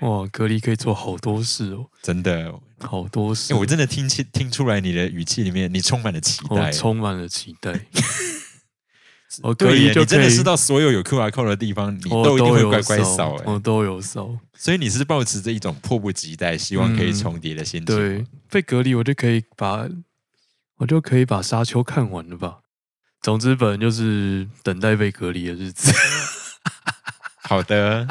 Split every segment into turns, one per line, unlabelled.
哇，隔离可以做好多事哦，
真的，
好多事哦
因为，哎我真的听清听出来你的语气里面，你充满了期
我
待。
哦充满了期待。 我隔
对
离
耶，
就
你真
可
的
以
是到所有有 QR code 的地方，你
我
都一定会
有哦
乖乖
扫
扫，哎。
我都有扫。
所以你是抱持着一种迫不及待，希望可以
嗯
重叠的心情。
对，被隔离我就可以把我就可以把沙丘看完了吧。总之，本人就是等待被隔离的日子。
好 的，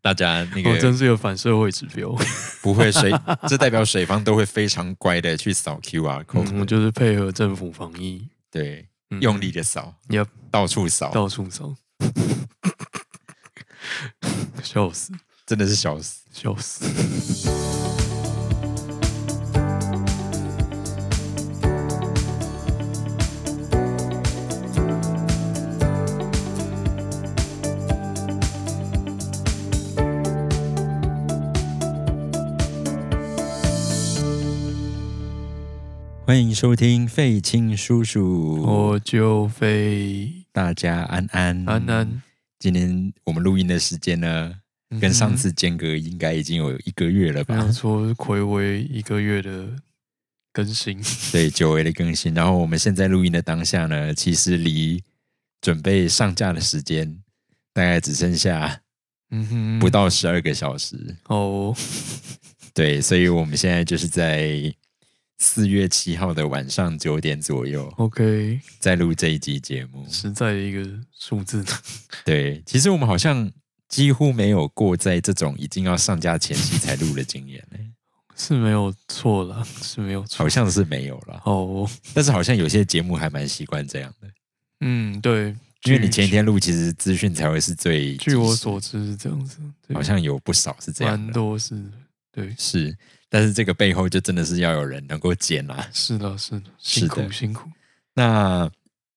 大家 那
我
个
哦
哦
真是有反社会指标，
不 会水，这代表水方都会非常乖的去扫 QR
嗯
code，、
我就是配合政府防疫，
对，
嗯
用力的扫，
Yep
到处扫，
到处扫， 笑死，
真的是笑死。
笑死。
哦欢迎收听费青叔叔，
我就飞
哦大家安安
安安，
今天我们录音的时间呢，跟上次间隔应该已经有一个月了
没
吧？
有错，暌违一个月的更新，
对，久违的更新。然后我们现在录音的当下呢，其实离准备上架的时间大概只剩下
嗯哼，
不到十二个小时。
哦，
对，所以我们现在就是在四月七号的晚上九点左右
OK，
在录这一集节目。
实在的一个数字，
对，其实我们好像几乎没有过在这种已经要上架前夕才录的经验、欸，
是没有错啦，是没有错
好。像是没有啦。
哦，
但是好像有些节目还蛮习惯这样的，
嗯，对，
因为你
据
前一天录，其实资讯才会是最及
据我
时
所知是这样子，对
好像有不少是这样
蛮
的，
多是，对，
是，但是这个背后就真的是要有人能够剪啦、
是的，是的，
是
辛
的
苦辛苦，
那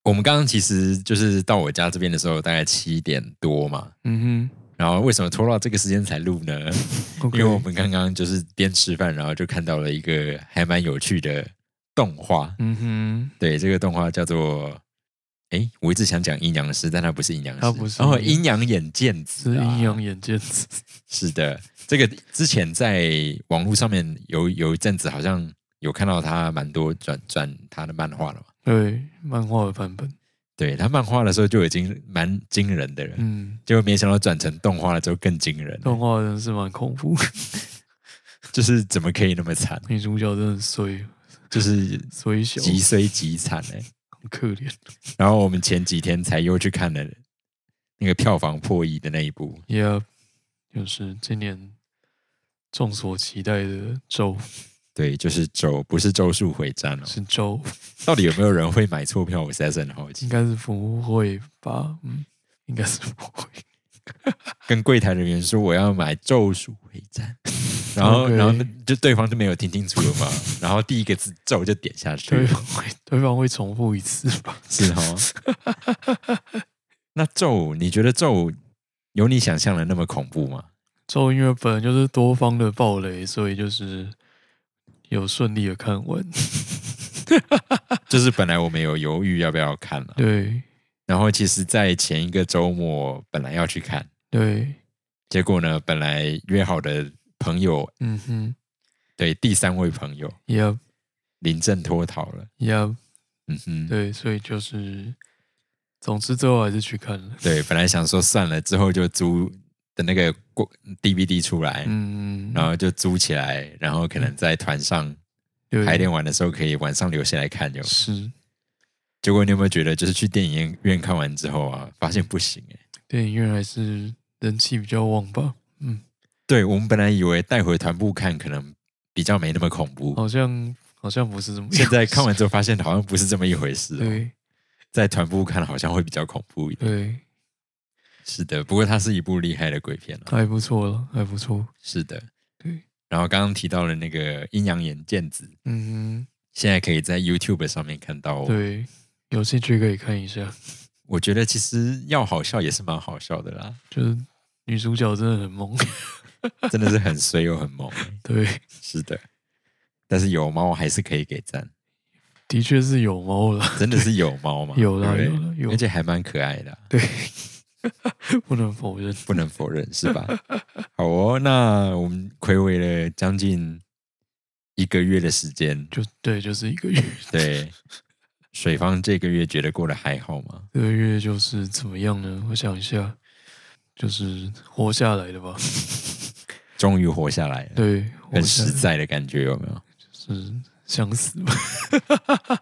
我们刚刚其实就是到我家这边的时候，大概七点多嘛。
嗯
然后为什么拖到这个时间才录呢？
哼，OK，
因为我们刚刚就是边吃饭，然后就看到了一个还蛮有趣的动画。
嗯
对，这个动画叫做……哎，我一直想讲阴阳师，但它不是阴阳师，
它不是
哦，
阴
阴阳眼见
哼，
子、
是
啊，
阴阳眼见子，
是的，这个之前在网络上面有有一阵子，好像有看到他蛮多转转他的漫画了嘛。
对，漫画的版本，
对他漫画的时候就已经蛮惊人的了，
嗯，
结果没想到转成动画了之后更惊人了，
动画真的是蛮恐怖，
就是怎么可以那么惨，
女主角真的衰
就是
衰小，
极衰极惨哎、
很可怜
然后我们前几天才又去看了那个票房破亿的那一部，
，Yeah，就是今年众所期待的周
对，就是周不是周数回战哦，
是周，
到底有没有人会买错票？我实在是很好奇
应。该是不会吧？嗯，应该是不会。
跟柜台人员说我要买《咒术回战》，然后
OK
然后那就对方就没有听清楚了嘛，然后第一个字“咒”就点下去
对
了，
方会对方会重复一次吧？
是哦。那咒，你觉得咒有你想象的那么恐怖吗？
周因为本来就是多方的暴雷，所以就是有顺利的看 完。
就是本来我们有犹豫要不要看了、啊
对
然后其实，在前一个周末本来要去看，
对，
结果呢，本来约好的朋友，
嗯哼，
对第三位朋友
也
临阵脱逃了。
也
嗯哼，
对，所以就是，总之最后还是去看了。
对，本来想说算了，之后就租的那个过 DVD 出来，
嗯，
然后就租起来，然后可能在团上
对
排练完的时候，可以晚上留下来看有。
是
结果你有没有觉得，就是去电影院看完之后啊，发现不行哎、
电影院还是人气比较旺吧？
对我们本来以为带回团部看可能比较没那么恐怖，
好像好像不是这么一回事。
现 在看完之后发现好像不是这么一回事、哦，
对
在团部看好像会比较恐怖一点。
对，
是的，不过它是一部厉害的鬼片啊。
还不错了，还不错。
是的，
对，
然后刚刚提到了那个阴阳眼剑子，
嗯
现在可以在 YouTube 上面看
哼，
到、哦。
对，有兴趣可以看一下。
我觉得其实要好笑也是蛮好笑的啦，
就是女主角真的很萌，
真的是很衰又很萌欸、
对，
是的，但是有猫还是可以给赞，
的确是有猫了，
真的是有猫嘛？
有啦
对不对
有啦有
而且还蛮可爱的啊、
对， 不能否认。
不能否认，是吧？ 好哦，那我们暌违了将近一个月的时间，
就对，就是一个月，
对，水方这个月觉得过得还好吗？
这个月就是怎么样呢？我想一下，就是活下来的 吧。
终于活下来了，
对，活
很
下
实
来
在的感觉有没有？
是想死吧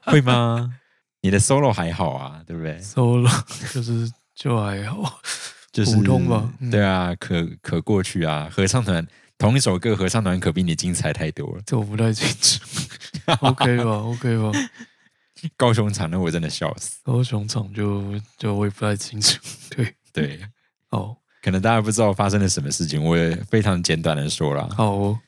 会吗？你的 solo 还好啊，对不对？
，solo 就是就还好，
就是
普通吧嗯
对啊，可可过去啊，合唱团同一首歌，合唱团可比你精彩太多了。
这我不太清 楚。OK 吧，OK 吧，
高雄场那我真的笑死，
高雄场就就我也不太清楚。 对，哦
对，
好，
可能大家不知道发生了什么事情，我也非常简短的说啦。
好、哦，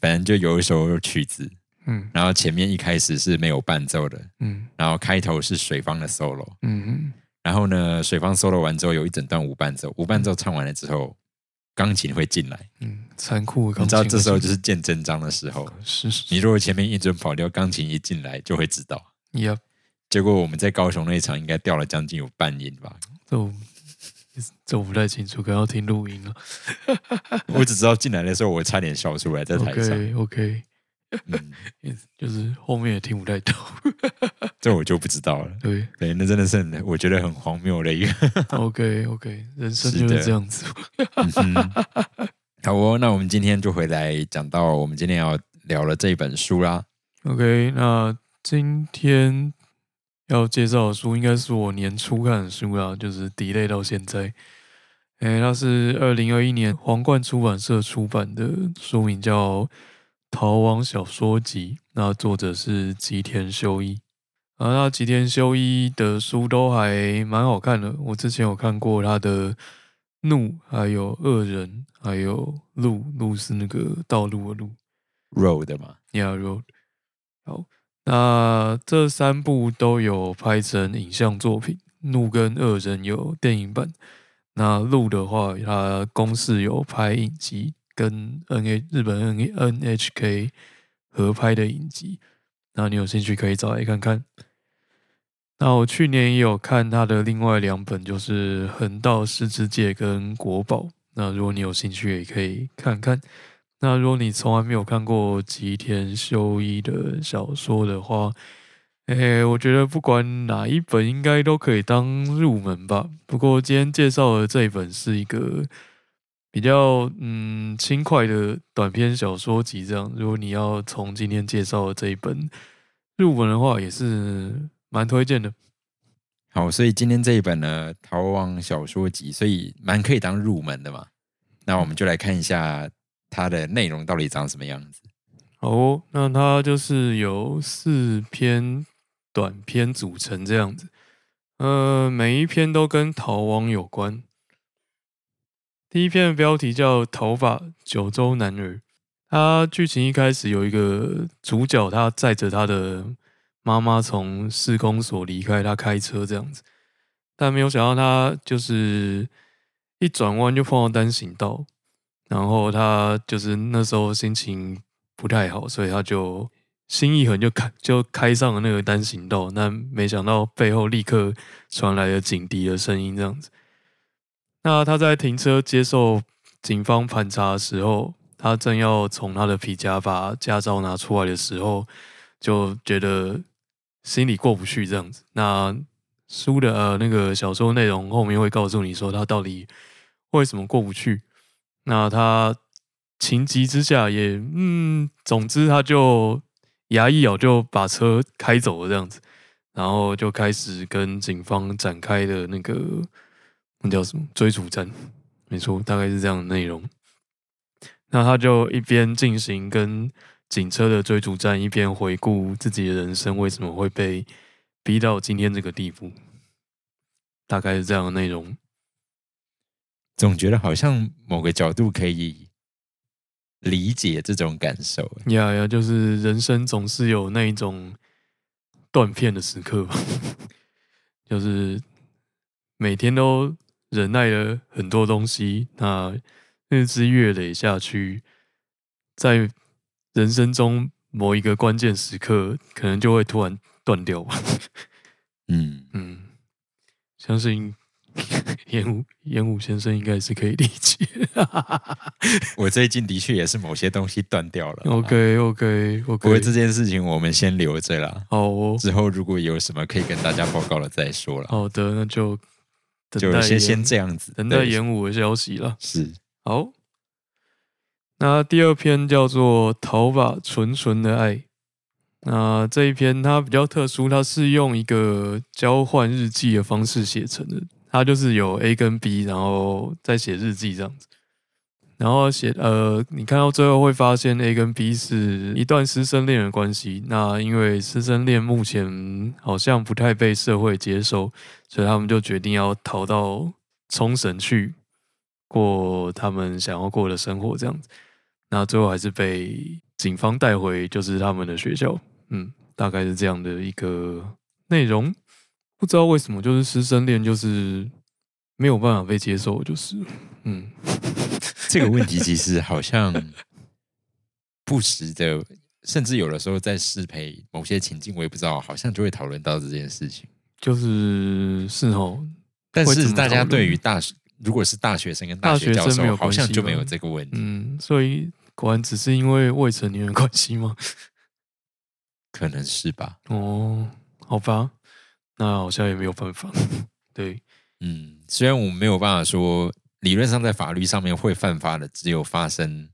反正就有一首曲子，
嗯
然后前面一开始是没有伴奏的，
嗯
然后开头是水方的 solo，
嗯
然后呢，水方 solo 完之后有一整段无伴奏，无伴奏唱完了之后，钢琴会进来，
嗯，残酷的钢
你知
琴
道
的
这时候就是见真章的时候。
是是
你如果前面一准跑掉，钢琴一进来就会知道。
呀，
结果我们在高雄那一场应该掉了将近有半音吧，
这我这我不太清楚，可能要听录音了。
我只知道进来的时候我差点笑出来在台上，
OK OK，
嗯，
就是后面也听不太到。
这我就不知道了。
对
对，那真的是很我觉得很荒谬的一个。
，OK OK，人生
是
就
的
是这样子。
好哦，那我们今天就回来讲到我们今天要聊了这本书啦。
OK，那今天要介绍的书应该是我年初看的书啦，就是 delay 到现在。诶，它是二零二一年皇冠出版社出版的书名叫《逃亡小说集》，那作者是吉田修一。啊，那吉田修一的书都还蛮好看的，我之前有看过他的《怒》，还有《恶人》，还有《路》，路是那个道路的路。
Road 嘛，
Yeah Road。好，那这三部都有拍成影像作品，《怒》跟《恶人》有电影版。那《路》的话，它公式有拍影集，跟 N A 日本 N A N H K 合拍的影集。那你有兴趣可以找来看看。那我去年也有看他的另外两本，就是《横道世之介》跟《国宝》。那如果你有兴趣，也可以看看。那如果你从来没有看过吉田修一的小说的话，诶，我觉得不管哪一本应该都可以当入门吧。不过今天介绍的这一本是一个比较嗯轻快的短篇小说集，这样如果你要从今天介绍的这一本入门的话，也是蛮推荐的。
好，所以今天这一本呢《逃亡小说集》，所以蛮可以当入门的嘛。那我们就来看一下它的内容到底长什么样子。
好、哦，那它就是由四篇短篇组成这样子，呃，每一篇都跟逃亡有关。第一篇的标题叫《头发九州男儿》，它剧情一开始有一个主角，他载着他的妈妈从市公所离开，他开车这样子，但没有想到他就是一转弯就碰到单行道，然后他就是那时候心情不太好，所以他就心一横就开就开上了那个单行道，那没想到背后立刻传来了警笛的声音，这样子。那他在停车接受警方盘查的时候，他正要从他的皮夹把驾照拿出来的时候，就觉得心里过不去这样子。那书的呃那个小说内容后面会告诉你说他到底为什么过不去。那他情急之下也嗯，总之他就牙一咬就把车开走了这样子，然后就开始跟警方展开的那个那叫什么追逐战，没错，大概是这样的内容。那他就一边进行跟警车的追逐战，一边回顾自己的人生为什么会被逼到今天这个地步，大概是这样的内容。
总觉得好像某个角度可以理解这种感受。欸
呀呀，就是人生总是有那一种断片的时刻吧， 就是每天都忍耐了很多东西，那日积月累下去，在人生中某一个关键时刻，可能就会突 然断掉吧。
嗯，
嗯，相信 演武演武先生应该是可以理解。
我最近的确也是某些东西断掉了。
OK OK
不过
OK，
这件事情我们先留着啦，
好哦，
之后如果有什么可以跟大家报告了再说了。
好的，那就哦等
就
待
先
演
先这样子，
等待
对
演武的消息了。
是
好，那第二篇叫做《头发纯纯的爱》。那这一篇它比较特殊，它是用一个交换日记的方式写成的。它就是有 A 跟 B，然后再写日记这样子。然后写呃，你看到最后会发现 A 跟 B 是一段师生恋的关系。那因为师生恋目前好像不太被社会接受，所以他们就决定要逃到冲绳去过他们想要过的生活这样子。那最后还是被警方带回，就是他们的学校。嗯，大概是这样的一个内容。不知道为什么，就是师生恋就是没有办法被接受，就是嗯，
这个问题，其实好像 不时的，甚至有的时候在适配某些情境，我也不知道，好像就会讨论到这件事情。
就是是哦，
但
会怎
是
么
大家
讨论
对于大学，如果是大学生跟大学教
大学生没
授，
有
好
关系吧
像就没有这个问题，
嗯，所以果然只是因为未成年的关系吗？
可能是吧？
哦，好吧，那好像也没有办法。 对，
嗯，虽然我们没有办法说，理论上在法律上面会犯法的，只有发生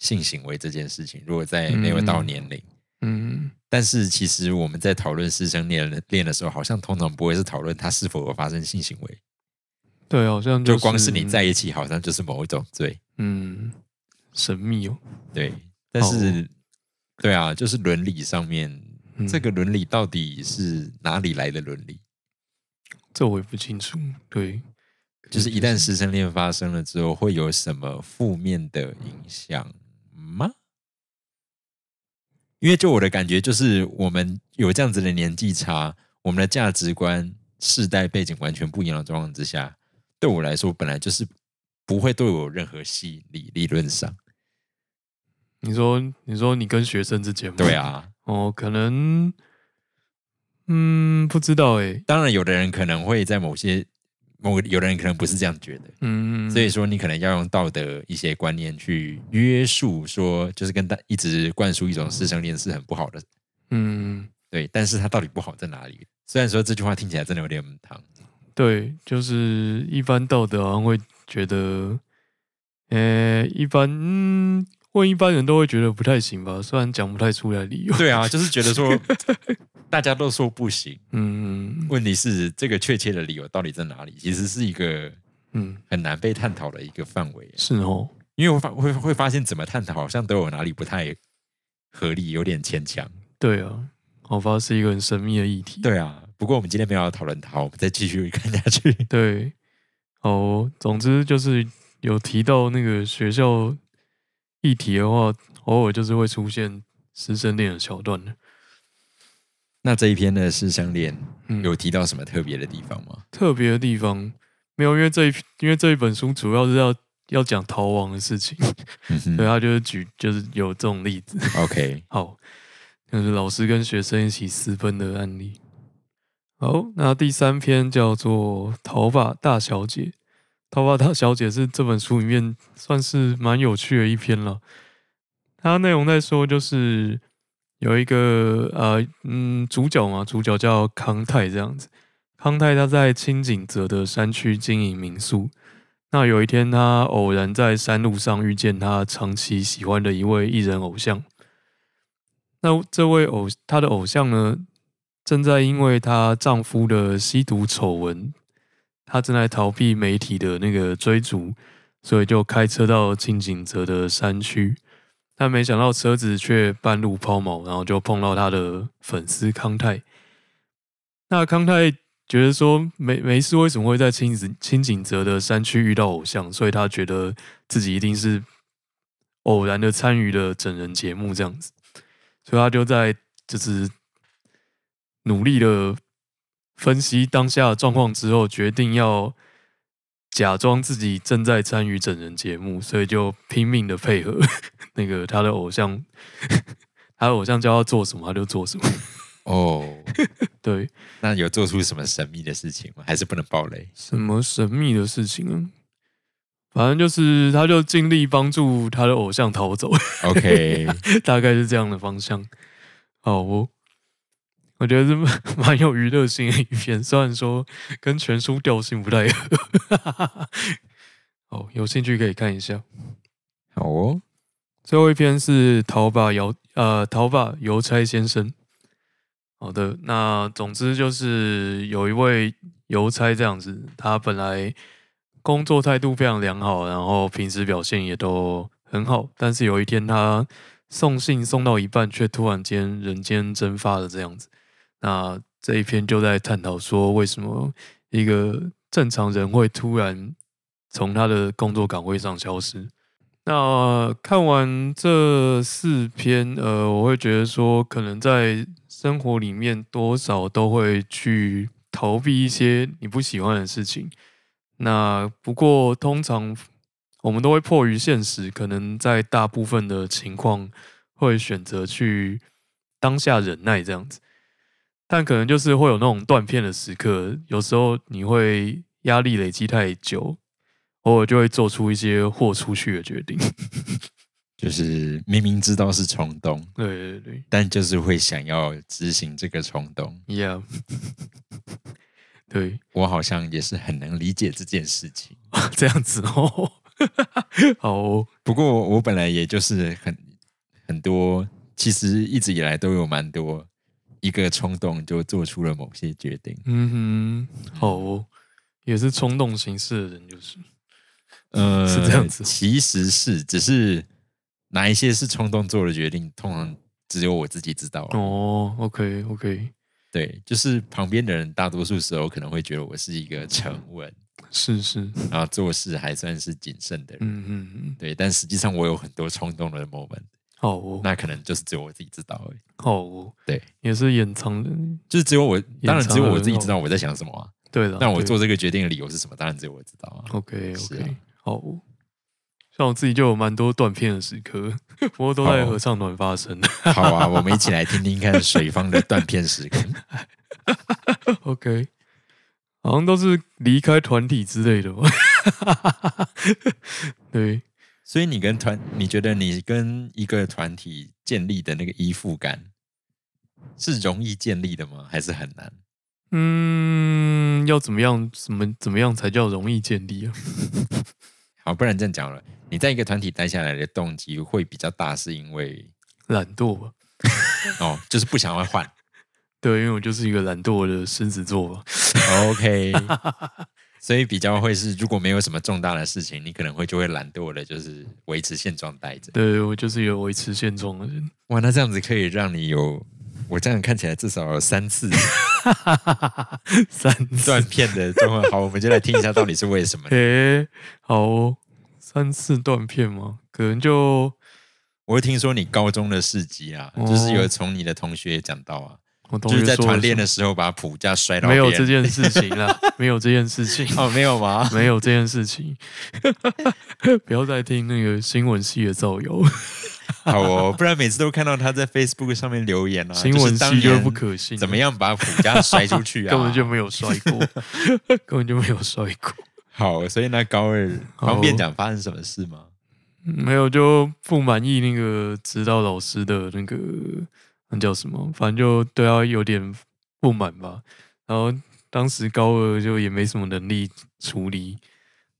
性行为这件事情，如果在没有到
嗯
年龄。
嗯，
但是其实我们在讨论师生恋恋的时候，好像通常不会是讨论他是否有发生性行为，
对，好像
就是光是你在一起，好像就是某一种罪。
嗯，神秘哦。
对，但是、对啊，就是伦理上面，
嗯
这个伦理到底是哪里来的伦理？
这我也不清楚。对，嗯
就是一旦师生恋发生了之后，会有什么负面的影响吗？因为就我的感觉，就是我们有这样子的年纪差，我们的价值观、世代背景完全不一样的状况之下，对我来说，本来就是不会对我有任何吸引力。理论上，
你说，你说你跟学生之间吗？
对，啊，
哦，可能，嗯，不知道哎、
当然有的人可能会在某些某，有的人可能不是这样觉得。
嗯，
所以说，你可能要用道德一些观念去约束，说就是跟大一直灌输一种师生恋是很不好的，
嗯，
对。但是它到底不好在哪里？虽然说这句话听起来真的有点母汤，
对，就是一般道德好像会觉得，呃、一般，嗯，问一般人都会觉得不太行吧，虽然讲不太出来理由。
对啊，就是觉得说大家都说不 行，
嗯
问题是这个确切的理由到底在哪里？其实是一个
嗯，
很难被探讨的一个范围，
是哦，
因为我发会会发现怎么探讨好像都有哪里不太合理，有点牵强。
对啊，好吧，是一个很神秘的议题。
对啊，不过我们今天没有要讨论它，我们再继续看下去。
对，哦，总之就是有提到那个学校议题的话，偶尔就是会出现师生恋的桥段的。
那这一篇的师生恋
嗯，
有提到什么特别的地方吗？
特别的地方没有，因为这一因为这一本书主要是要要讲逃亡的事情，
嗯
对，
哼
他就是举就是有这种例子。
，OK，
好，就是老师跟学生一起私奔的案例。好，那第三篇叫做《头发大小姐》。头发大小姐是这本书里面算是蛮有趣的一篇了。它内容在说，就是有一个呃嗯主角嘛，主角叫康泰这样子。康泰他在清景泽的山区经营民宿。那有一天，他偶然在山路上遇见他长期喜欢的一位艺人偶像。那这位偶她的偶像呢，正在因为她丈夫的吸毒丑闻，她正在逃避媒体的那个追逐，所以就开车到清景泽的山区。但没想到车子却半路抛锚，然后就碰到她的粉丝康泰。那康泰觉得说没没事，为什么会在清景清景泽的山区遇到偶像？所以他觉得自己一定是偶然的参与了整人节目这样子。所以他就在就是努力的分析当下的状况之后，决定要假装自己正在参与整人节目，所以就拼命的配 合那个他的偶像，他的偶像叫他做什么他就做什么。
哦，
对，
那有做出什么神秘的事情吗？还是不能爆雷？
什么神秘的事情啊？反正就是，他就尽力帮助他的偶像逃走，
OK，
大概是这样的方向。好哦，我觉得是蛮 蛮有娱乐性的一篇，虽然说跟全书调性不太合。 哦，有兴趣可以看一下。
好哦，
最后一篇是陶把邮呃陶把邮差先生。好的，那总之就是有一位邮差这样子，他本来工作态度非常良好，然后平时表现也都很好，但是有一天他送信送到一半，却突然间人间蒸发了这样子。那这一篇就在探讨说，为什么一个正常人会突然从他的工作岗位上消失。那呃看完这四篇，呃，我会觉得说，可能在生活里面多少都会去逃避一些你不喜欢的事情。那不过，通常我们都会迫于现实，可能在大部分的情况会选择去当下忍耐这样子。但可能就是会有那种断片的时刻，有时候你会压力累积太久，偶尔就会做出一些豁出去的决定。
就是明明知道是冲动，
对对对
但就是会想要执行这个冲动。
，Yeah，对，
我好像也是很能理解这件事情。
这样子哦。 好哦
不过我本来也就是很很多，其实一直以来都有蛮多一个冲动就做出了某些决定。
嗯哼，好哦，也是冲动行事的人，就是
呃，
是这样子
其实是只是哪一些是冲动做的决定，通常只有我自己知道。哦，
哦，OK OK，
对，就是旁边的人大多数时候可能会觉得我是一个沉稳，
是是，
然后做事还算是谨慎的人。
嗯嗯嗯，
对，但实际上我有很多冲动的 moment，
好哦，
那可能就是只有我自己知道而已。
好哦，
对，
也是掩藏的，
就是只有我，当然
藏
只有
了
我
很
自己
好
知道我在想什么啊。
对了，
但我
对哦
做这个决定的理由是什么？当然只有我知道啊。
OK
是
OK，、
啊
好哦。像我自己就有蛮多断片的时刻， 不过都在
好哦
合唱团发生。
好啊，我们一起来听听看水方的断片时刻。
OK，好像都是离开团体之类的吧。 对，
所以你跟团，你觉得你跟一个团体建立的那个依附感是容易建立的吗？还是很难？
嗯，要怎么样，怎么怎么样才叫容易建立啊？
好，不然这样讲了，你在一个团体待下来的动机会比较大，是因为
懒惰吧。
哦，就是不想要换。
对，因为我就是一个懒惰的狮子座吧。
OK，所以比较会是，如果没有什么重大的事情，你可能会就会懒惰的，就是维持现状待着。
对，我就是一个维持现状的人。
哇，那这样子可以让你有，我这样看起来至少有三次
三
断
次，
片的状况。好，我们就来听一下到底是为什么。
诶、好、哦，三次断片吗？可能就
我会听说你高中的事迹啊，
哦
就是有从你的同学讲到啊，
我同
就是
学
在
说
团
了
练
什
的时候把谱架摔
么
到
没有
别人
这件事情啦，没有这件事情。
哦，没 有吗？
没有这件事情， 不要再听那个新闻系的造谣，
好哦，不然每次都看到他在 Facebook 上面留言 啊，
新闻
就是当
系就是
年
不可信，
怎么样把谱架摔出去 啊？
根本就没有摔过， 根本就没有摔过，
好，所以那高二
好哦
方便讲发生什么事吗？
嗯没有就不满意那个指导老师的那个那叫什么，反正就对他有点不满吧。然后当时高二就也没什么能力处理，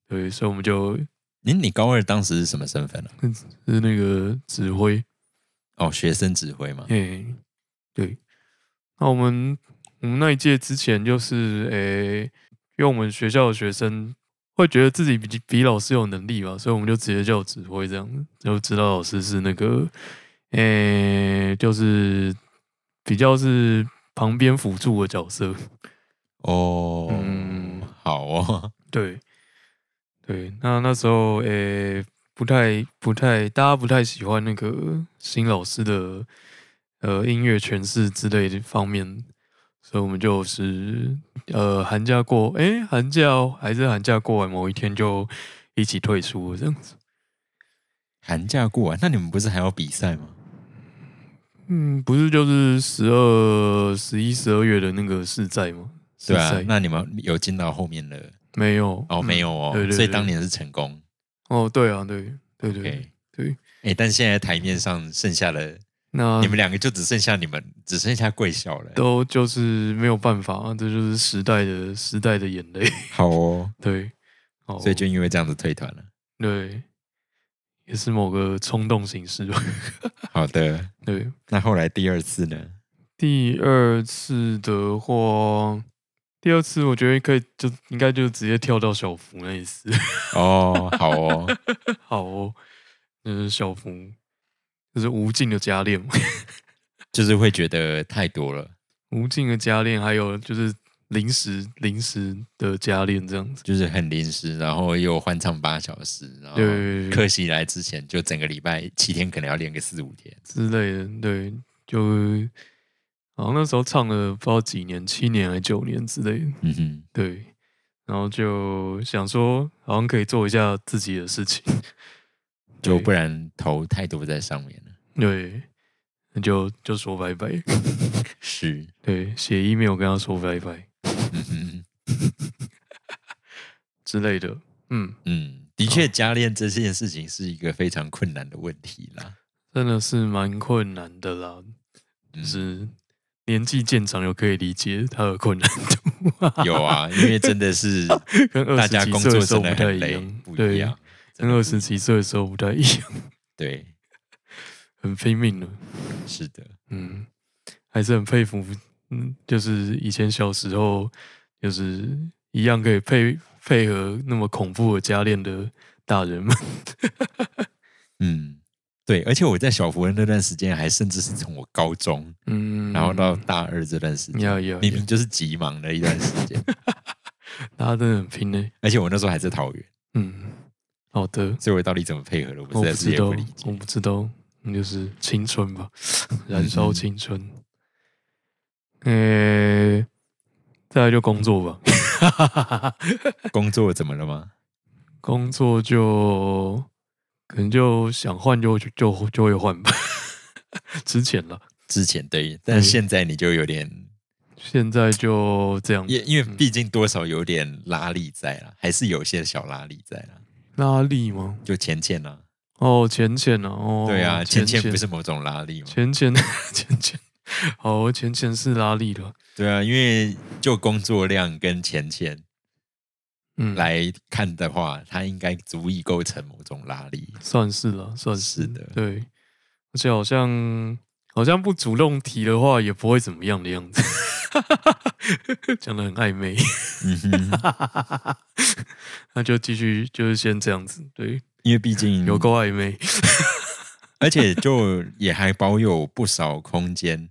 对，所以我们就
你你高二当时是什么身份啊？
是那个指挥，
哦，学生指挥嘛。
诶、哎对。那我们我们那一届之前就是诶、因为我们学校的学生会觉得自己比比老师有能力吧，所以我们就直接叫指挥这样子，就知道老师是那个诶、就是比较是旁边辅助的角色。
哦，
嗯
好哦，
对，对，那那时候诶、不太不太，大家不太喜欢那个新老师的呃音乐诠释之类的方面，所以我们就是呃寒假过，诶、寒假哦还是寒假过完某一天就一起退出了这样子。
寒假过完，那你们不是还要比赛吗？
嗯，不是就是十二、十一、十二月的那个世债吗？世
对啊
债，
那你们有进到后面了？
没有
哦，没有哦，
嗯对对对
所以当年是成功。
嗯哦，对啊，对对对
OK，
对，
哎、但现在台面上剩下的、
那
你们两个就只剩下你们，只剩下贵校了。
都就是没有办法，这就是时代的时代的眼泪。
好哦，
对，哦，
所以就因为这样子退团了。
对，也是某个冲动行事吧。
好的，
对，
那后来第二次呢？
第二次的话，第二次我觉得可以就应该就直接跳到小福那一次。
哦，好哦，
好、哦，就是小福，就是无尽的加练嘛，
就是会觉得太多了，
无尽的加练，还有就是临时临时的加练这样子。
就是很临时，然后又欢唱八小时，然后
对对对
客席来之前就整个礼拜七天，可能要练个四五天。
之类的，对，就好像那时候唱了不知道几年，七年还九年之类的，
嗯哼，
对，然后就想说好像可以做一下自己的事情，
就
对
不然头太多在上面了。
对，那就就说拜拜，
是，
对，写 email 跟他说拜拜
嗯哼，
之类的，嗯，
嗯，的确，加练这件事情是一个非常困难的问题啦。
真的是蛮困难的啦，
嗯
就是年纪渐长又可以理解他的困难度，
有啊，因为真的是
跟 二
大
十
家
几
工
岁
作
的时候
真
不
的
太
很
一
累
样，，
不一
对，
样。真
跟
的
二
不
十
一
几岁的时候不太一样，
对，
很拼命了。
是的，
嗯，还是很佩服，嗯，就是以前小时候，就是一样可以配配合那么恐怖的家练的大人 们。
嗯，对。而且我在小福的那段时间，还甚至是从我高中，
嗯，
然后到大二这段时间，
要要
明明就是急忙的一段时 间。
大家真的很拼呢、
而且我那时候还在桃园，
嗯，好的，
所以我到底怎么配合的，我
我
实
不
在是
知
也
道
不理，
我
解。
不知道，嗯就是青春 吧，燃烧青春。呃、再来就工作吧。
工作怎么了吗？
工作就可能就想换就就就就会换吧，之前了，
之前
嗯
对，但现在你就有点，
现在就这样。
也因为毕竟多少有点拉力在啦，还是有些小拉力在啦，
拉力吗？
就浅浅啦。
哦，浅浅啊，哦，
对啊，浅
浅
浅不是某种拉力吗？
浅浅浅浅， 哦，浅浅是拉力的，
对啊，因为就工作量跟浅浅
嗯，
来看的话，它应该足以构成某种拉力。
算是了，算是
是的
对，而且好像好像不主动提的话也不会怎么样的样子， 讲的很暧昧，
嗯哼，
那就继续就是先这样子，对，
因为毕竟
有够暧昧。
而且就也还保有不少空间，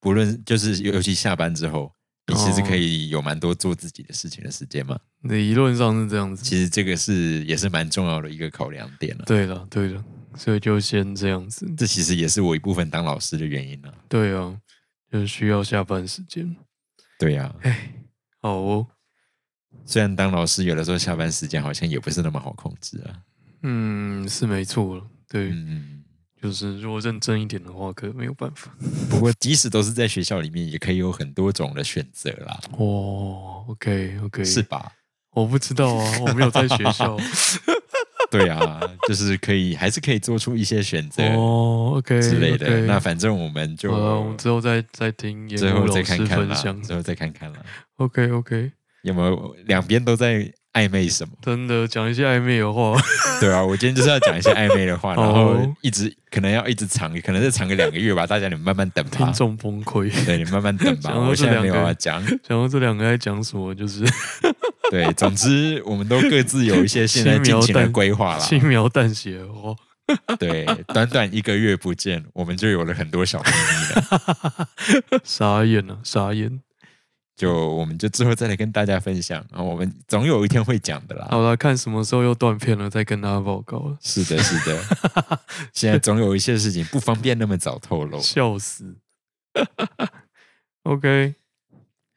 不论就是尤其下班之后，你其
哦
实可以有蛮多做自己的事情的时间嘛。
理论上是这样子。
其实这个是也是蛮重要的一个考量点了、
对了，对了，所以就先这样子。
这其实也是我一部分当老师的原因啊。
对啊，就是需要下班时间。
对呀、
哎
啊，
好哦，
虽然当老师有的时候下班时间好像也不是那么好控制啊。
嗯，是没错了。对，
嗯，
就是如果认真一点的话，可没有办法。
不过即使都是在学校里面，也可以有很多种的选择啦，
哦，OK，OK，
是吧？
我不知道啊，我没有在学 校。
对啊，就是可以还是可以做出一些选择
哦，OK
之类的。
OK
那反正我们就
好了，我们之后再再听严
最
木
后
老
再看
师
看
分
啦，
享。
最后再看看啦，
OK OK，
有没有两边都在暧昧什么？
真的讲一些暧昧的话。
对啊，我今天就是要讲一些暧昧的 话，
好
然后一直可能要一直藏，可能再藏个两个月吧，大家你们慢慢等吧
听，众崩溃，
对，你们慢慢等吧，
想说
我
这
现在
两个
没有要讲。
讲到这两个在讲什么，就是
对，总之我们都各自有一些现在进行的规划啦。
轻描淡写的话。
对，短短一个月不见，我们就有了很多小秘密了。
傻眼了、啊，傻眼。
就我们就之后再来跟大家分享，然后我们总有一天会讲的啦。
好了，看什么时候又断片了，再跟大家报告了。
是的，是的，现在总有一些事情不方便那么早透 露。
笑死。OK，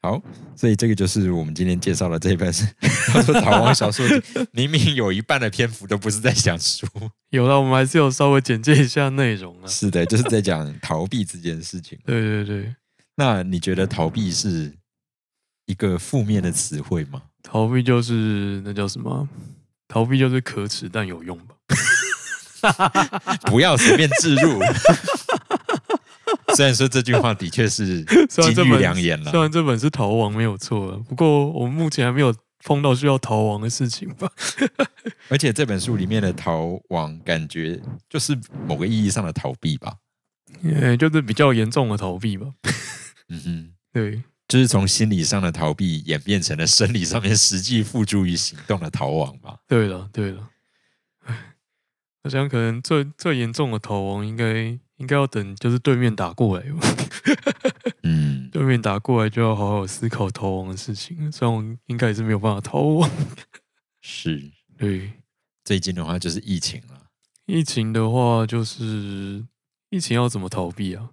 好，所以这个就是我们今天介绍的这一本是叫做《逃亡小说集》，明明有一半的篇幅都不是在讲书，
有了，我们还是有稍微简介一下内容 啊。
是的，就是在讲逃避这件事情。
对对对，
那你觉得逃避是一个负面的词汇吗？
逃避就是那叫什么啊？逃避就是可耻但有用 吧？
不要随便置入。 虽然说这句话的确是
虽然这
金玉
本
良言了
虽，然这本是逃亡没有错啊，不过我们目前还没有碰到需要逃亡的事情吧？
而且这本书里面的逃亡，感觉就是某个意义上的逃避吧。
呃，就是比较严重的逃避吧。
嗯哼，
对，
就是从心理上的逃避演变成了生理上面实际付诸于行动的逃亡吧。
对了，对 了，唉我想可能最最严重的逃亡应该应该要等就是对面打过来吧，
嗯，
对面打过来就要好好思考逃亡的事情了。虽然我应该也是没有办法逃亡。
是。
对，
最近的话就是疫情了，
疫情的话就是疫情要怎么逃避啊？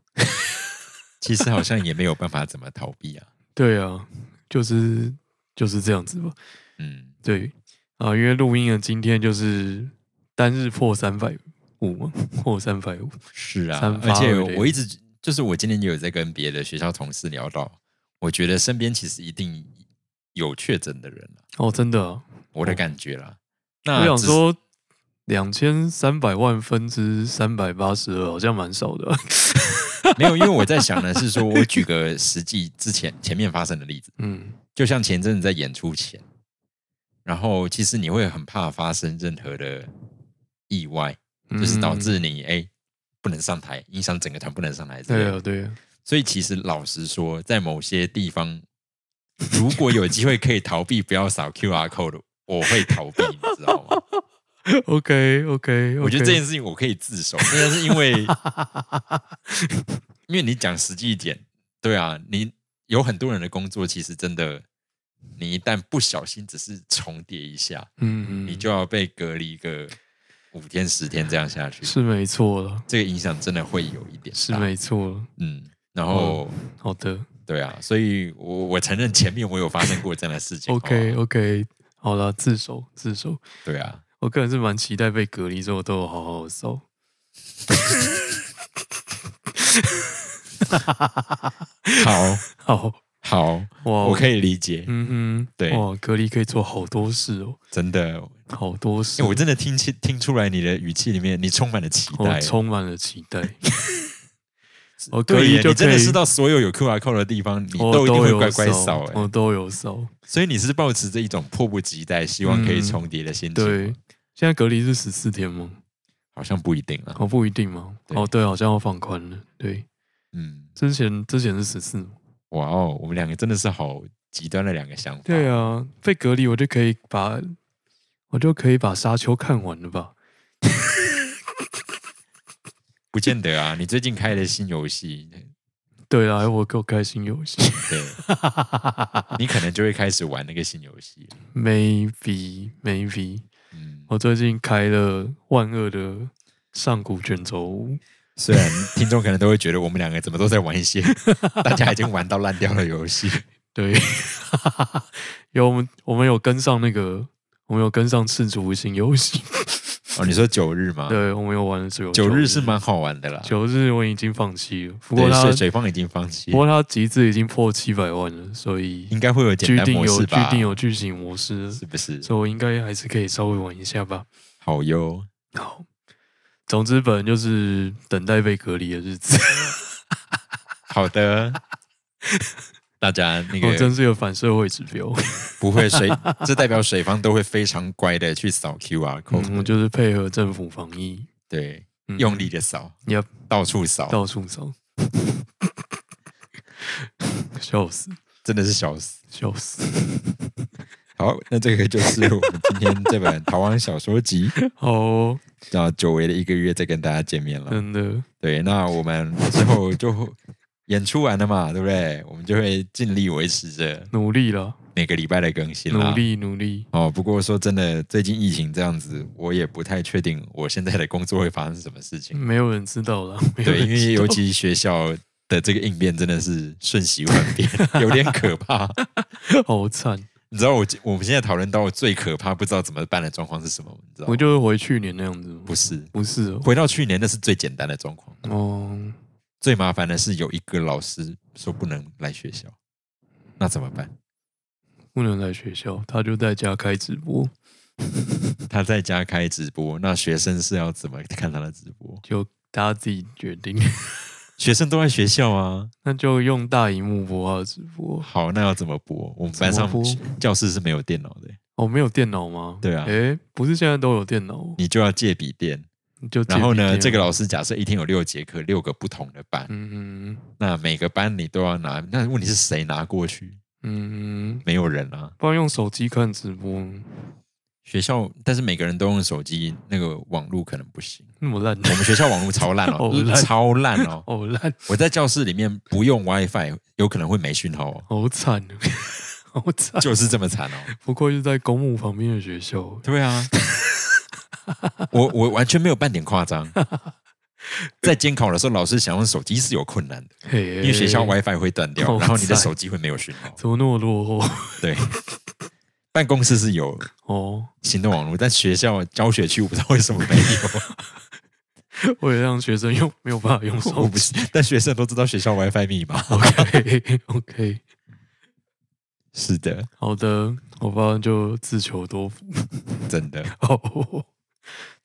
其实好像也没有办法怎么逃避啊。
对啊，就是就是这样子吧。
嗯，
对啊，因为录音的今天就是单日破三百五嘛，破三百五。
是啊
散，发
而且
而已
我一直就是我今天也有在跟别的学校同事聊到，我觉得身边其实一定有确诊的人了，
哦，真的、啊，
我的感觉啦。
我
那
想
只是
说。两千三百万分之三百八十二，好像蛮少的啊、
没有，因为我在想的是说，我举个实际之前前面发生的例子，
嗯，
就像前阵子在演出前，然后其实你会很怕发生任何的意外，就是导
嗯
致你哎、诶不能上台，影响整个团不能上台之类
对
的。
啊，对啊，
所以其实老实说，在某些地方，如果有机会可以逃避，不要扫 QR code，我会逃避，你知道 吗？
OK OK，
我觉得这件事情我可以自首，但是因 为因为你讲实际一点，对啊，你有很多人的工作其实真的，你一旦不小心只是重叠一下，
嗯嗯，
你就要被隔离个五天十天这样下去，
是没错了，
这个影响真的会有一点
是
大
没错了。
嗯，然后、
好的
对啊，所以我我承认前面我有发生过这样的事情。哦
，OK 哦
好吧
OK，好了，自首自首。
对啊，
我个人是蛮期待被隔离之后都有好好收。
好
好，
好，
哇，
我可以理解，
哦嗯哼，
对
哇，隔离可以做好多事哦，
真的，
好多事，
因为哎我真的听清听出来你的语气里面，你充满了期
我
待。
哦
哦
充满了期 待。我隔
对
离
耶，
就
你真
可
的
以，
是到所有有 QR code 的地方，你
我
一定会
有哦
乖乖
收
扫。
我
哎，
都有收。
所以你是抱持着一种迫不及待，希望可以
嗯
重叠的心情。
对，，现在隔离是十四天吗？
好像不一定啊。
哦，不一定吗？
对
哦，对，好像要放宽了。对，
嗯，
之前之前是十四。
哇哦，我们两个真的是好极端的两个想法。
对，啊，被隔离我就可以把我就可以把沙丘看完了吧？
不见得啊。你最近开了新游戏，
对啦，我够开心游 戏。
对，你可能就会开始玩那个新游戏了。
Maybe maybe，
嗯，
我最近开了万恶的上古卷轴屋，
虽然听众可能都会觉得我们两个怎么都在玩一 些大家已经玩到烂掉的游戏，
对， 有我们我们有跟上那个，我们有跟上赤足无心游 戏，
哦，你说九日吗？
对，我们有玩了九
九日
日
是？蛮好玩的啦。
九日我已经放弃了，不过
对，
它
是水方已经放弃
不，过它集资已经破七百万了，所以
应该会有简
剧
单
定
模
有
式
剧
吧？
定有剧情模式，
是不是？
所以我应该还是可以稍微玩一下吧。
好哟，
好，总之本来就是等待被隔离的日子。
好的。大家那
我真
个
是有反社会指标，
不会水， 这代表水方都会非常乖的去扫 QR
嗯，我
code，
就是配合政府防疫，
对，
嗯
用力的扫，
Yep
到处扫，
到处扫， 笑死，
真的是笑死。
笑死。
好，那这个就是我们今天这本《逃亡小说集》，
好哦、
然后久违的一个月再跟大家见面了。
真的，
对，那我们之后就演出完了嘛，对不对？我们就会尽力维持着
努力了，
每个礼拜的更新
努
啦。
力，努力。
哦，不过说真的，最近疫情这样子，我也不太确定我现在的工作会发生什么事情。
没有人知道了，没有
对，
人
因为
知道
尤其学校的这个应变真的是瞬息 万变，有点可怕。
好惨！
你知道我我们现在讨论到最可怕，不知道怎么办的状况是什么吗？你知道
我
吗？
就会回去年那样子吗，
不是，
不是哦，
回到去年那是最简单的状况，
哦，
最麻烦的是有一个老师说不能来学校，那怎么办？
不能来学校，他就在家开直播，
他在家开直播，那学生是要怎么看他的直播？
就大家自己决定。
学生都在学校啊，
那就用大荧幕播他的直播。
好，那要怎么播？我们班上
怎么
教室是没有电脑的，
哦，没有电脑吗？
对啊
诶，不是现在都有电脑哦，
你就要借笔电。
就
然后
借
呢，
笔电
这个老师假设一天有六节课，六个不同的班，
嗯嗯
那每个班你都要拿。那问题是谁拿过去？
嗯，嗯
没有人啊。
不然用手机看直播
学校，但是每个人都用手机，那个网络可能不行。
那么烂，
我们学校网络超烂
好
哦，
烂
超烂 哦！
好烂，
我在教室里面不用 WiFi，有可能会没讯号哦，
好惨，啊 好惨。
就是这么惨哦。
不愧是在公墓旁边的学校，
对啊，我我完全没有半点夸张。在监考的时候，老师想用手机是有困难的，
嘿，
因为学校 WiFi 会断掉，
好
然后你的
惨
手机会没有讯号。
怎么那么落后？
对， 办公室是有
哦，
行动网络，但学校教学区我不知道为什么没有，
为了让学生用没有办法用
我
手
不
机。
是，但学生都知道学校 WiFi 密码。
OK OK，
是的，
好的，我爸就自求多福。
真的，
哦，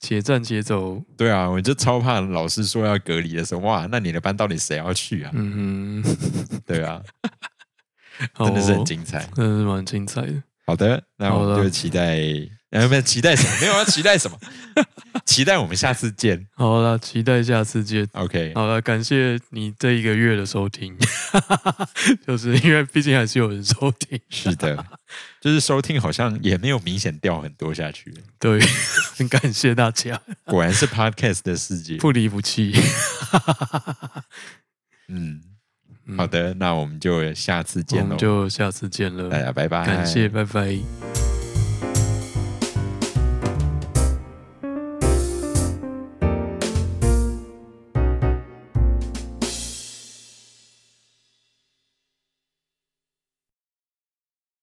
且战且走，
对啊，我就超怕老师说要隔离的时候，哇，那你的班到底谁要去啊？
嗯哼，
对啊，
好
真的是很
哦
精彩。
真的是蛮精彩的。
好的，那我
好
们
的
就期待，呃，没有期待什么，没有 要期待什么，期待我们下次见。
好啦，期待下次见。
OK，
好了，感谢你这一个月的收听， 就是因为毕竟还是有人收听，
是的，就是收听好像也没有明显掉很多 下去，
对，很感谢大家，
果然是 Podcast 的世界。
不离不弃。
嗯，
嗯
好，的，那我们就下次
我
见喽
们，就下次见了，
大家拜拜，
感谢，拜拜。
拜。